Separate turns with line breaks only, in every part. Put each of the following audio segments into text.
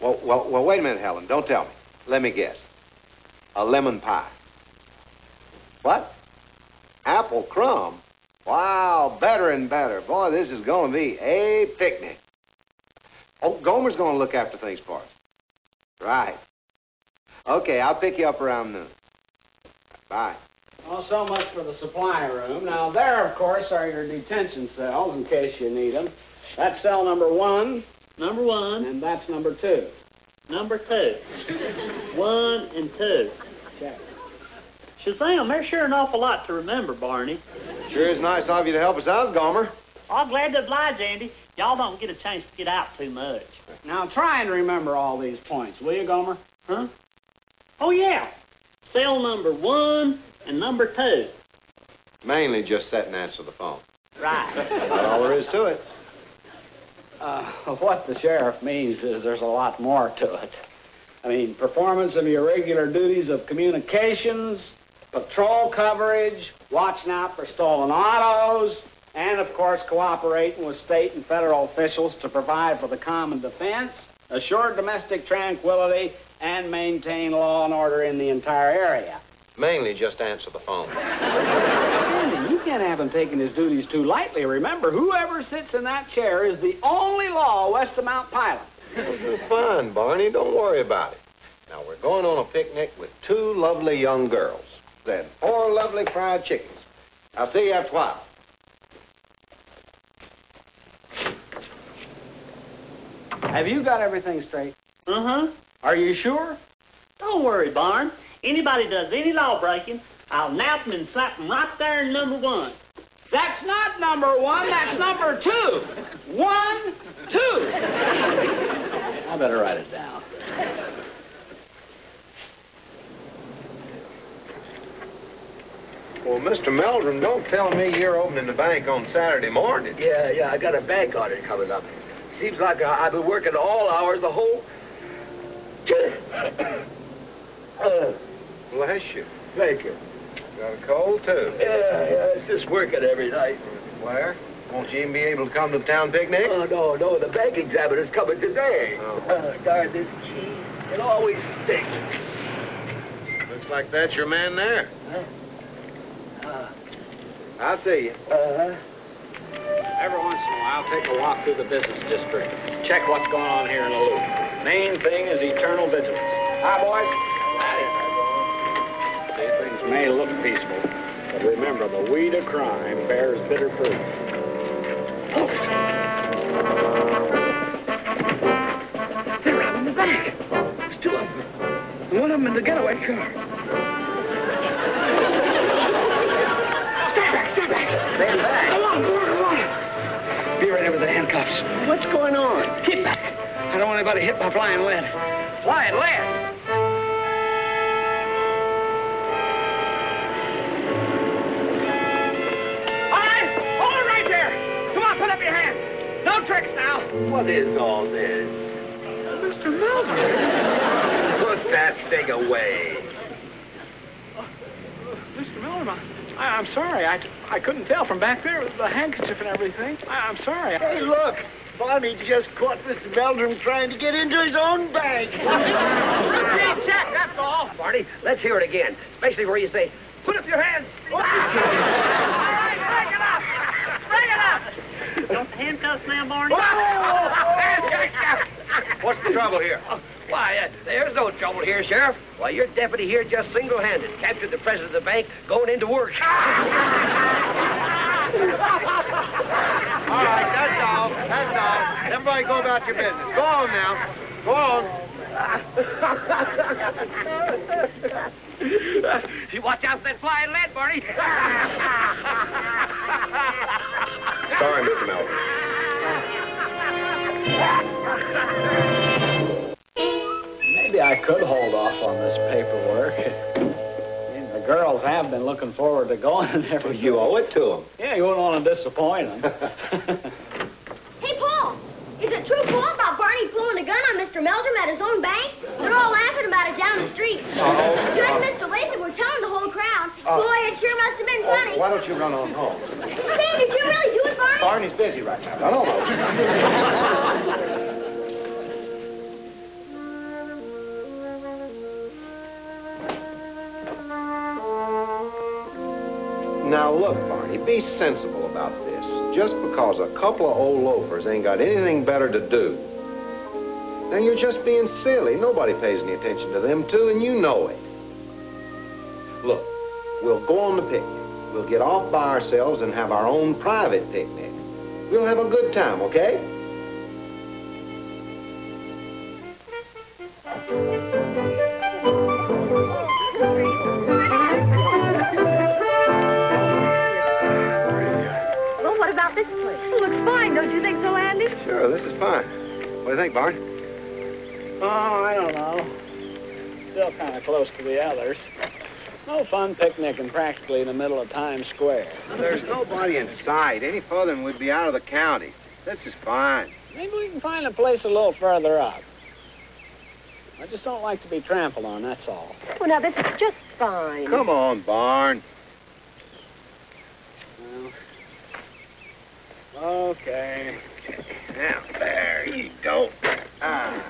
Well, well, wait a minute, Helen. Don't tell me. Let me guess. A lemon pie. What? Apple crumb? Wow, better and better. Boy, this is going to be a picnic. Oh, Gomer's going to look after things for us. Right. Okay, I'll pick you up around noon. Bye.
Well, so much for the supply room. Now, there, of course, are your detention cells in case you need them. That's cell number one,
Number one,
and that's number two.
number two. one and two.
Check.
Shazam, there's sure an awful lot to remember, Barney.
Sure is nice of you to help us out, Gomer.
I'm glad to oblige, Andy. Y'all don't get a chance to get out too much.
Now, try and remember all these points, will you, Gomer?
Huh? Oh, yeah. Cell number one and number two.
Mainly just set and answer the phone.
Right.
That's all there is to it.
Uh, what the sheriff means is there's a lot more to it. I mean, performance of your regular duties of communications, patrol coverage, watching out for stolen autos, and of course cooperating with state and federal officials to provide for the common defense, assure domestic tranquility, and maintain law and order in the entire area.
Mainly just answer the phone.
Andy, you can't have him taking his duties too lightly. Remember, whoever sits in that chair is the only law west of Mount Pilot.
Fine, Barney. Don't worry about it. Now, we're going on a picnic with two lovely young girls. Then four lovely fried chickens. I'll see you after a while.
Have you got everything straight?
uh-huh.
Are you sure?
Don't worry, Barn. Anybody does any law breaking, I'll nap 'em and slap 'em right there in number one.
That's not number one, that's number two. One, two. I better write it down.
Well, Mr. Meldrum, don't tell me you're opening the bank on Saturday morning.
Yeah, yeah, I got a bank audit coming up. Seems like I, I've been working all hours the whole. uh,
Bless you.
thank you.
Got a cold, too.
Yeah, yeah, it's just working every night.
Claire, won't you even be able to come to the town picnic?
Oh, no, no, the bank examiner's coming today.
Oh.
Uh, darn this cheese. It always stinks.
Looks like that's your man there.
Uh,
I'll see you.
uh,
Every once in a while, take a walk through the business district. Check what's going on here in the loop. Main thing is eternal vigilance. Hi, boys. These things may look peaceful, but remember, the weed of crime bears bitter fruit.
they're out in the back. There's two of them. One of them in the getaway car. Stay back, stay back. Stay back. Come on, go on, go on. Be ready with the handcuffs. What's going on? Keep back. I don't want anybody hit by flying lead. Flying lead. All right, all right there. Come on, put up your hand. No tricks now. What is all this? Mr. Melvin. Put that thing away.
Mr. Miller, I, I- I'm sorry. I, I couldn't tell from back there with the handkerchief and everything. I, I'm sorry.
Hey, look. Barney just caught Mr. Meldrum trying to get into his own bag. Routine check, that's all. Barney, let's hear it again, especially where you say, put up your hands.
Don't the handcuffs now, Barney?
oh,
What's the trouble here?
Why, uh, there's no trouble here, Sheriff. Why, your deputy here just single-handed captured the president of the bank going into work.
All right, that's all. That's all. Everybody go about your business. Go on now. Go on.
you watch out for that flying lead, Barney.
Sorry, Mr. Melvin.
Maybe I could hold off on this paperwork. I mean, the girls have been looking forward to going and
Well,
everything.
you owe it to him.
Yeah, you wouldn't want to disappoint them.
Hey, Paul, is it true, Paul, about Barney blowing a gun on Mr. Meldrum at his own bank? They're all laughing about it down the street.
Uh-oh.
You and Mr. Latham were telling the whole crowd.
Uh,
Boy, it sure must have been funny.
why don't you run on home?
Say, did you really do it, Barney?
Barney's busy right now. Run on home. Now, look, Barney, be sensible about this. Just because a couple of old loafers ain't got anything better to do, then you're just being silly. Nobody pays any attention to them, too, and you know it. Look, we'll go on the picnic. We'll get off by ourselves and have our own private picnic. We'll have a good time, okay?
Well, what about this place? It looks fine, don't you think so, Andy?
Sure, this is fine. What do you think, Barney?
Oh, I don't know. Still kind of close to the others. No fun picnicking practically in the middle of Times Square.
There's nobody in sight. Any further than we'd be out of the county. This is fine.
Maybe we can find a place a little further up. I just don't like to be trampled on, that's all.
Well, now, this is just fine.
Come on, Barn.
Well, okay.
Now, there you go. Ah.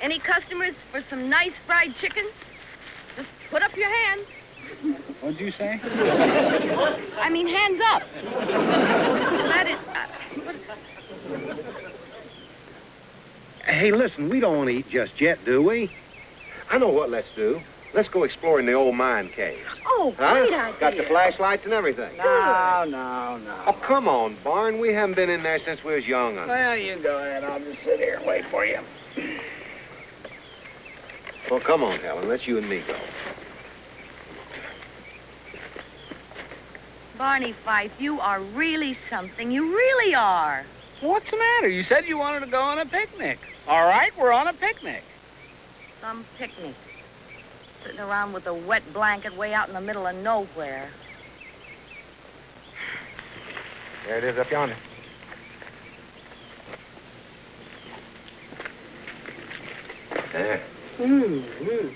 Any customers for some nice fried chicken? Just put up your hand.
What'd you say?
I mean, hands up. that is. Uh,
Hey, listen, we don't want to eat just yet, do we? I know what let's do. Let's go exploring the old mine cave.
Oh,
Huh?
great idea.
Got the flashlights and everything.
No, no, no.
Oh, come on, Barn. We haven't been in there since we was young. Well,
Well, you go ahead. I'll just sit here and wait for you.
well, come on, Helen. Let's you and me go.
Barney Fife, you are really something. You really are.
What's the matter? You said you wanted to go on a picnic. All right, we're on a picnic.
Some picnic. Sitting around with a wet blanket way out in the middle of nowhere.
There it is up yonder. There.
Mm-hmm.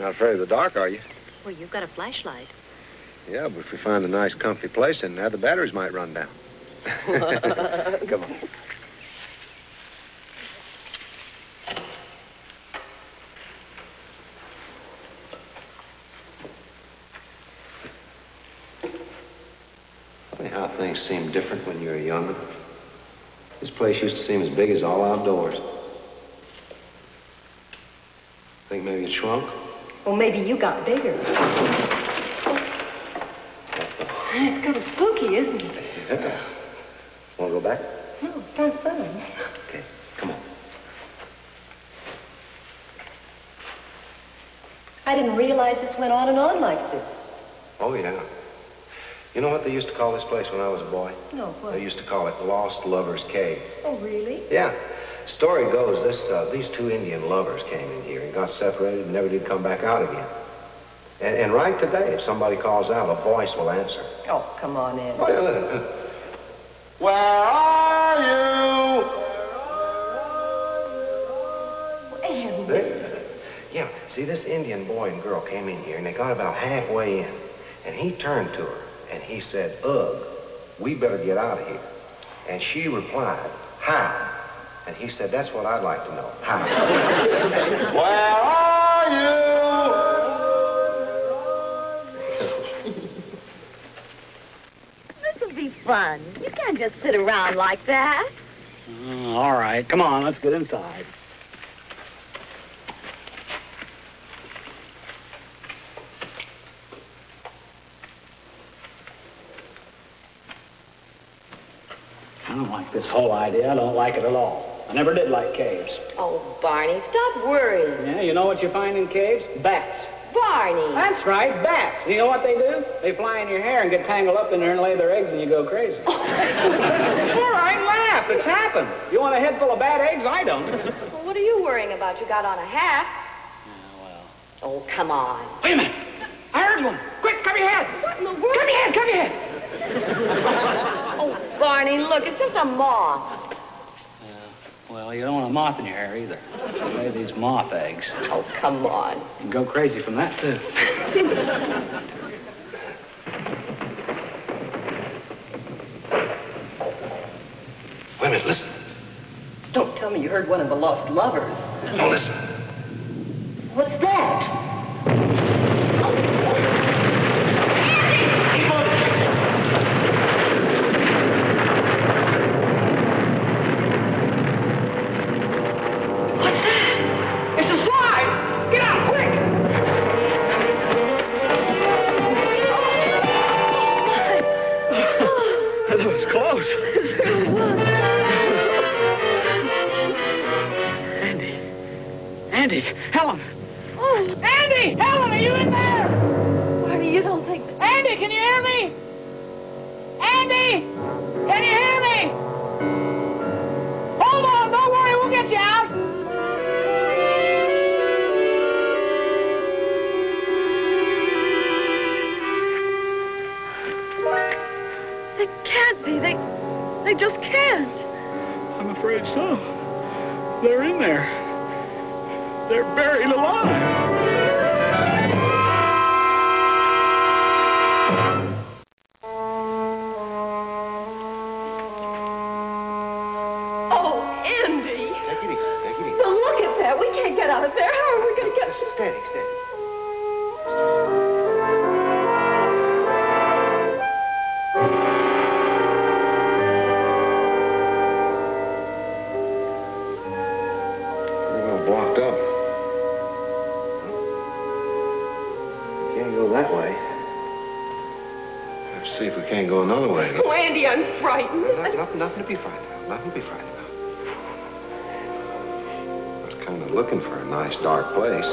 Not afraid of the dark, are you?
Well, you've got a flashlight.
Yeah, but if we find a nice, comfy place in there, the batteries might run down. Come on. Funny how things seem different when you were younger. This place used to seem as big as all outdoors. Think maybe it shrunk?
Well, maybe you got bigger. It's kind of spooky, isn't it?
Yeah. Want to go back?
Oh, kind of fun.
Okay, come on.
I didn't realize this went on and on like this.
Oh, yeah. You know what they used to call this place when I was a boy?
No,
They used to call it Lost Lover's Cave.
Oh, really?
Yeah. Story goes this uh, these two Indian lovers came in here and got separated and never did come back out again. And, and right today, if somebody calls out, a voice will answer.
Oh, come on in.
Oh, yeah, look. Where are you? They- yeah, see, this Indian boy and girl came in here, and they got about halfway in. And he turned to her, and he said, Ugh, we better get out of here. And she replied, How? And he said, That's what I'd like to know. How? Where are you?
This'll be fun. You can't just sit around like that.
Mm, all right. Come on, let's get inside. I don't like this whole idea. I don't like it at all. I never did like caves.
Oh, Barney, stop worrying.
Yeah, you know what you find in caves? Bats.
Barney.
That's right, bats. You know what they do? They fly in your hair and get tangled up in there and lay their eggs, and you go crazy. All right, laugh. It's happened. You want a head full of bad eggs? I don't.
Well, what are you worrying about? You got on a hat. Oh, come on.
Wait a minute. I heard one. Quick, cover your head. What in the world? Cover your head, cover your head.
Oh, Barney, look, it's just a moth.
well, you don't want a moth in your hair either. Lay these moth eggs.
Oh, come on.
And go crazy from that, too.
Wait a minute, listen.
Don't tell me you heard one of the lost lovers.
No, listen.
What's that?
That was close. Andy. Andy, Helen.
Oh, Andy! Helen, are you in there? Barney, you don't think. Andy, can you hear me? Andy! Can you hear me? Hold on, don't worry, we'll get you out.
They can't be. They, they just can't.
I'm afraid so. They're in there. They're buried alive.
Oh, Andy!
Take it easy. Take it easy.
But look at that. We can't get out of there. How are we going to get.
Steady, steady. They're all blocked up. Can't go that way. Let's see if we can't go another way.
Oh, Andy, I'm frightened.
Nothing, nothing, nothing to be frightened of. Nothing to be frightened of. I was kind of looking for a nice dark place.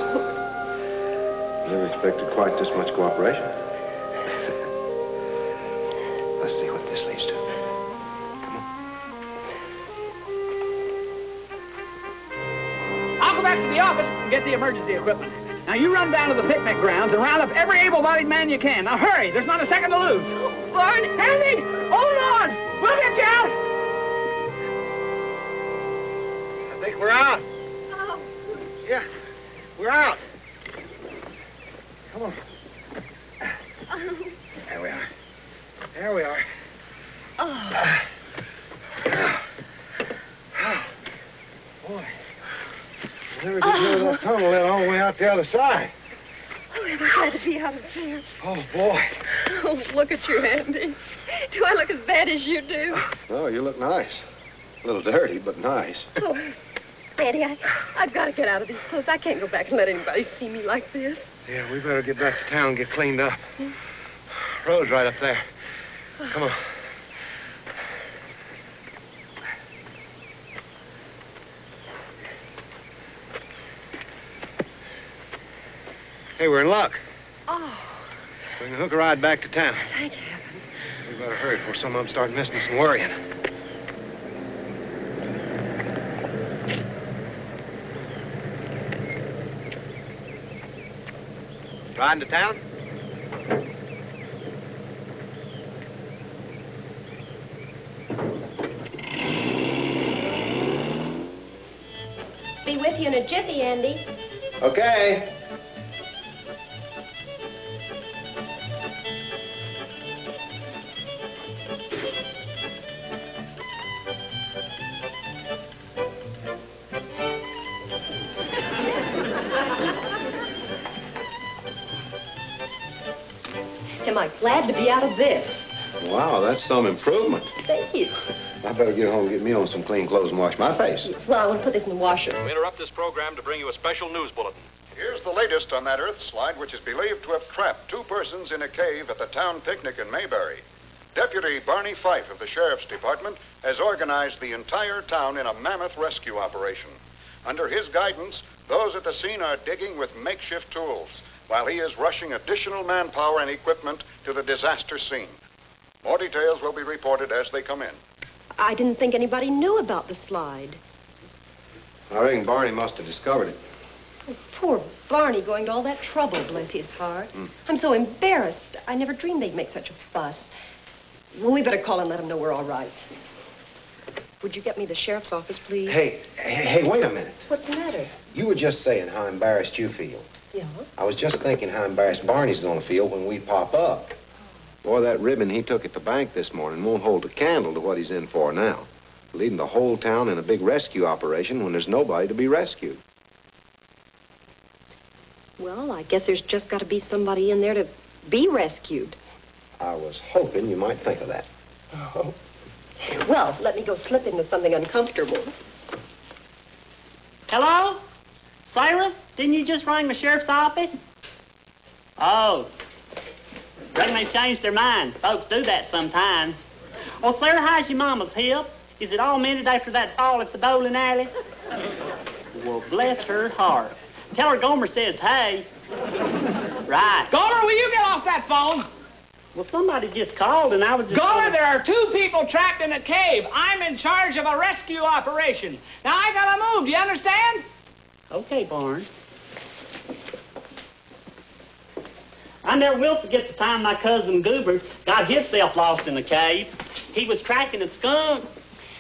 Never expected quite this much cooperation. Let's see what this leads to. Come on.
I'll go back to the office and get the emergency equipment. Now you run down to the picnic grounds and round up every able-bodied man you can. Now hurry. There's not a second to lose.
Barney! Oh, Andy! Hold on! We'll get you out!
I think we're out. Yeah, we're out. Come on. There we are. There we are. Boy, I never did know that tunnel led all the way out the other side.
Oh, am I glad to be out of there.
Oh, boy.
Oh, look at you, Andy. Do I look as bad as you do?
Oh, you look nice. A little dirty, but nice.
Oh, Andy, I, I've got to get out of these clothes. I can't go back and let anybody see me like this.
Yeah, we better get back to town and get cleaned up. Road's right up there. Come on. Hey, we're in luck.
Oh,
We can hook a ride back to town.
thank heaven.
We better hurry before some of them start missing us and worrying. Riding to town?
Be with you in a jiffy, Andy.
Okay.
Am I glad to be out of this?
Wow, that's some improvement.
Thank you.
I better get home and get me on some clean clothes and wash my face.
Well, I want to put this in the washer.
We interrupt this program to bring you a special news bulletin.
Here's the latest on that earth slide, which is believed to have trapped two persons in a cave at the town picnic in Mayberry. Deputy Barney Fife of the Sheriff's Department has organized the entire town in a mammoth rescue operation. Under his guidance, those at the scene are digging with makeshift tools, while he is rushing additional manpower and equipment to the disaster scene. More details will be reported as they come in.
I didn't think anybody knew about the slide.
I reckon Barney must have discovered it.
Poor Barney going to all that trouble, bless his heart. I'm so embarrassed. I never dreamed they'd make such a fuss. Well, we better call and let them know we're all right. Would you get me the sheriff's office, please?
Hey, hey, hey, wait a minute.
What's the matter?
You were just saying how embarrassed you feel.
Yeah.
I was just thinking how embarrassed Barney's going to feel when we pop up. Boy, that ribbon he took at the bank this morning won't hold a candle to what he's in for now. Leading the whole town in a big rescue operation when there's nobody to be rescued.
Well, I guess there's just got to be somebody in there to be rescued.
I was hoping you might think of that.
Oh. Well, let me go slip into something uncomfortable.
Hello? Sarah, didn't you just ring the sheriff's office? Oh. Reckon they changed their mind. Folks do that sometimes. Well, Clara, how's your mama's help? Is it all mended after that fall at the bowling alley? Well, bless her heart. Tell her Gomer says hey. Right.
Gomer, will you get off that phone?
Well, somebody just called and I was just.
Gomer, there are two people trapped in a cave. I'm in charge of a rescue operation. Now I gotta move. Do you understand?
Okay, Barnes. I never will forget the time my cousin Goober got himself lost in a cave. He was tracking a skunk,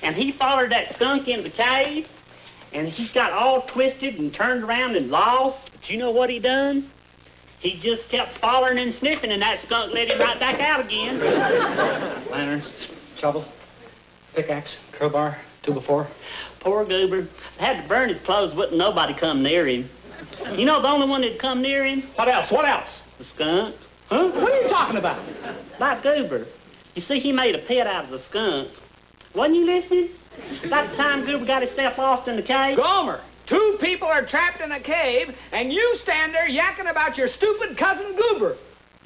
and he followed that skunk into the cave, and he got all twisted and turned around and lost. But you know what he done? He just kept following and sniffing, and that skunk let him right back out again.
Lanterns, shovel, pickaxe, crowbar, two before.
Poor Goober. Had to burn his clothes, wouldn't nobody come near him. You know the only one that'd come near him?
What else? What else?
The skunk.
Huh? What are you talking about?
Like Goober. You see, he made a pet out of the skunk. Wasn't you listening? About the time Goober got himself lost in the cave.
Gomer! Two people are trapped in a cave, and you stand there yakking about your stupid cousin Goober.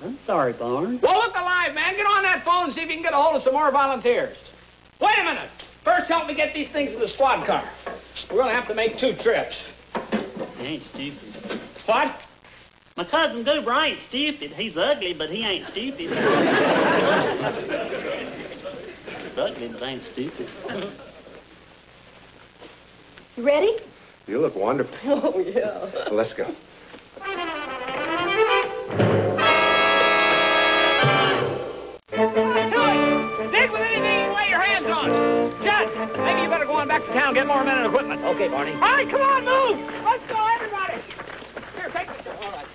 I'm sorry, Barnes.
Well, look alive, man. Get on that phone and see if you can get a hold of some more volunteers. Wait a minute. First, help me get these things to the squad car. We're going to have to make two trips.
I ain't stupid.
What?
My cousin Goober ain't stupid. He's ugly, but he ain't stupid. He's ugly, but ain't stupid.
You ready?
You look wonderful.
Oh, yeah.
Let's go.
Dig with anything you can lay your hands on. Jud, maybe you better go on back to town, get more men and equipment.
Okay, Barney.
All right, come on, move. Let's go, everybody. Here, take this. All right.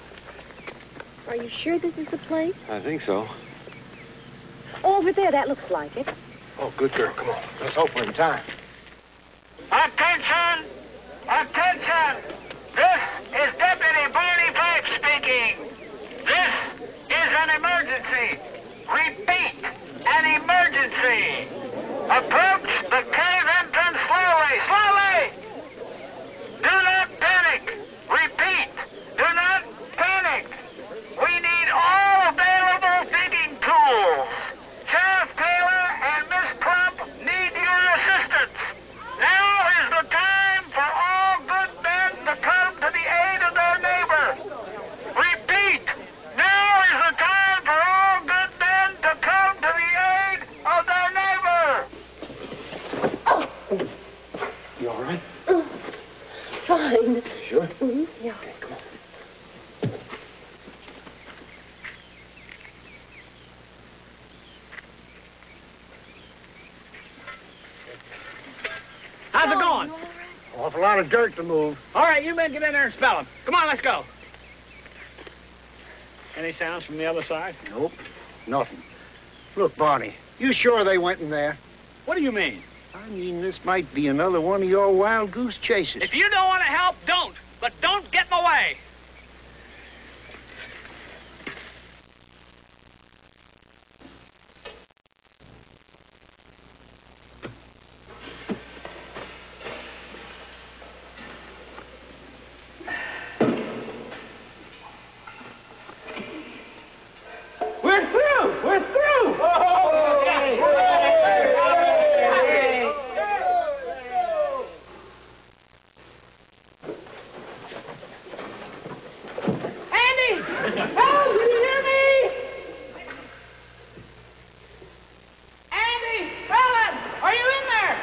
Are you sure this is the place?
I think so.
Oh, over there, that looks like it.
Oh, good girl. Come on. Let's hope we're in time.
Attention! Attention! This is Deputy Barney Pipe speaking. This is an emergency. Repeat, an emergency. Approach the cave entrance slowly, slowly! Do not panic. Repeat, do not panic. We need all available digging tools. Sheriff Taylor and Miss Crump need your assistance. Now is the time for all good men to come to the aid of their neighbor. Repeat, now is the time for all good men to come to the aid of their neighbor.
You all right?
Fine.
Sure.
Mhm, Yeah.
How's it going?
Awful lot of dirt to move.
All right, you men get in there and spell them. Come on, let's go. Any sounds from the other side?
Nope. Nothing. Look, Barney, you sure they went in there?
What do you mean?
I mean, this might be another one of your wild goose chases.
If you don't want to help, don't. But don't get in the way. We're through! We're through!
Andy! Help! Can you hear me? Andy! Ellen! Are you in there?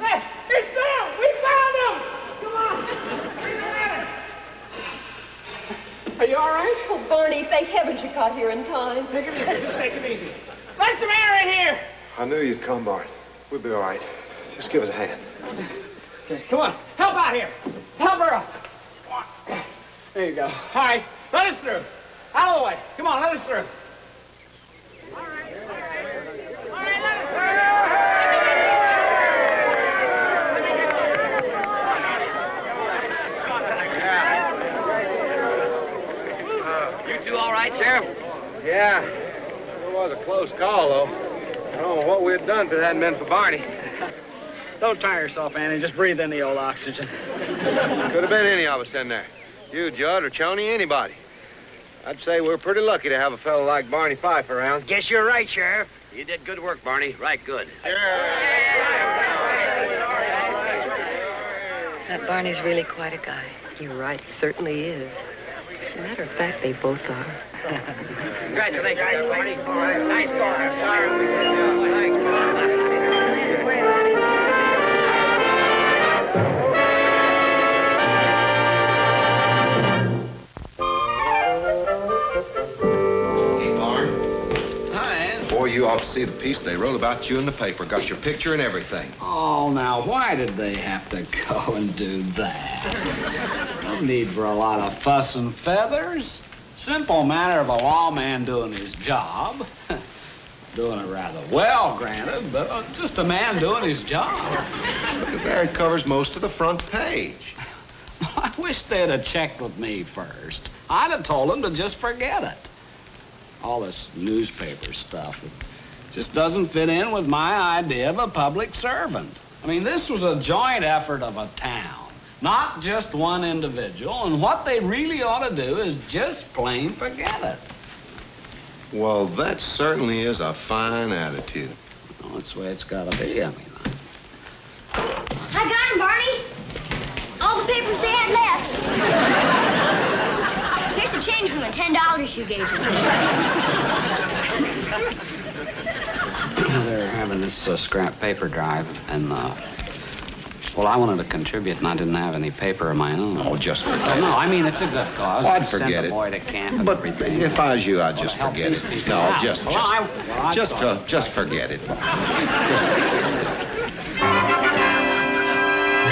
Hey, It's them! We found them! Come on! Bring the ladder!
Are you all right?
Oh, Barney, thank heavens you got here in time.
Take it easy. Just take it easy. Let some air in here.
I knew you'd come, Bart. We'll be all right. Just give us a hand.
Come on. Help out here. Help her up. There you go. All right. Let us through. Out of the way. Come on, let us through.
You two all right, Sheriff?
Yeah. It was a close call, though. I don't know what we'd done if it hadn't been for Barney.
Don't tire yourself, Andy. Just breathe in the old oxygen.
Could have been any of us in there. You, Judd, or Choney, anybody.
I'd say we're pretty lucky to have a fellow like Barney Fife around.
Guess you're right, Sheriff.
You did good work, Barney. Right good.
That
Uh,
Barney's really quite a guy.
You're right, certainly is. As a matter of fact, they both are.
Congratulations, Barney. Nice going. I'm sorry we
Boy, you ought to see the piece they wrote about you in the paper. Got your picture and everything.
Oh, now, why did they have to go and do that? No need for a lot of fuss and feathers. Simple matter of a lawman doing his job. doing it rather well, granted, but uh, just a man doing his job.
Look at there, it covers most of the front page.
I wish they'd have checked with me first. I'd have told them to just forget it. All this newspaper stuff it just doesn't fit in with my idea of a public servant. I mean, this was a joint effort of a town, not just one individual, and what they really ought to do is just plain forget it.
Well, that certainly is a fine attitude.
Well, that's the way it's got to be. I mean,
I got him, Barney. All the papers they had left. Here's the change from the ten dollars you gave me.
They're having this uh, scrap paper drive, and uh, well, I wanted to contribute, and I didn't have any paper of my own.
Oh, just forget
Oh, no, I mean it's a good cause.
I'd
Send
forget
the
it.
boy to camp and
But
everything.
if I was you, I'd
Well,
just
help
forget
these
it.
people
No,
out.
just,
Well, I- well, I
just, just,
thought-
uh, just forget it.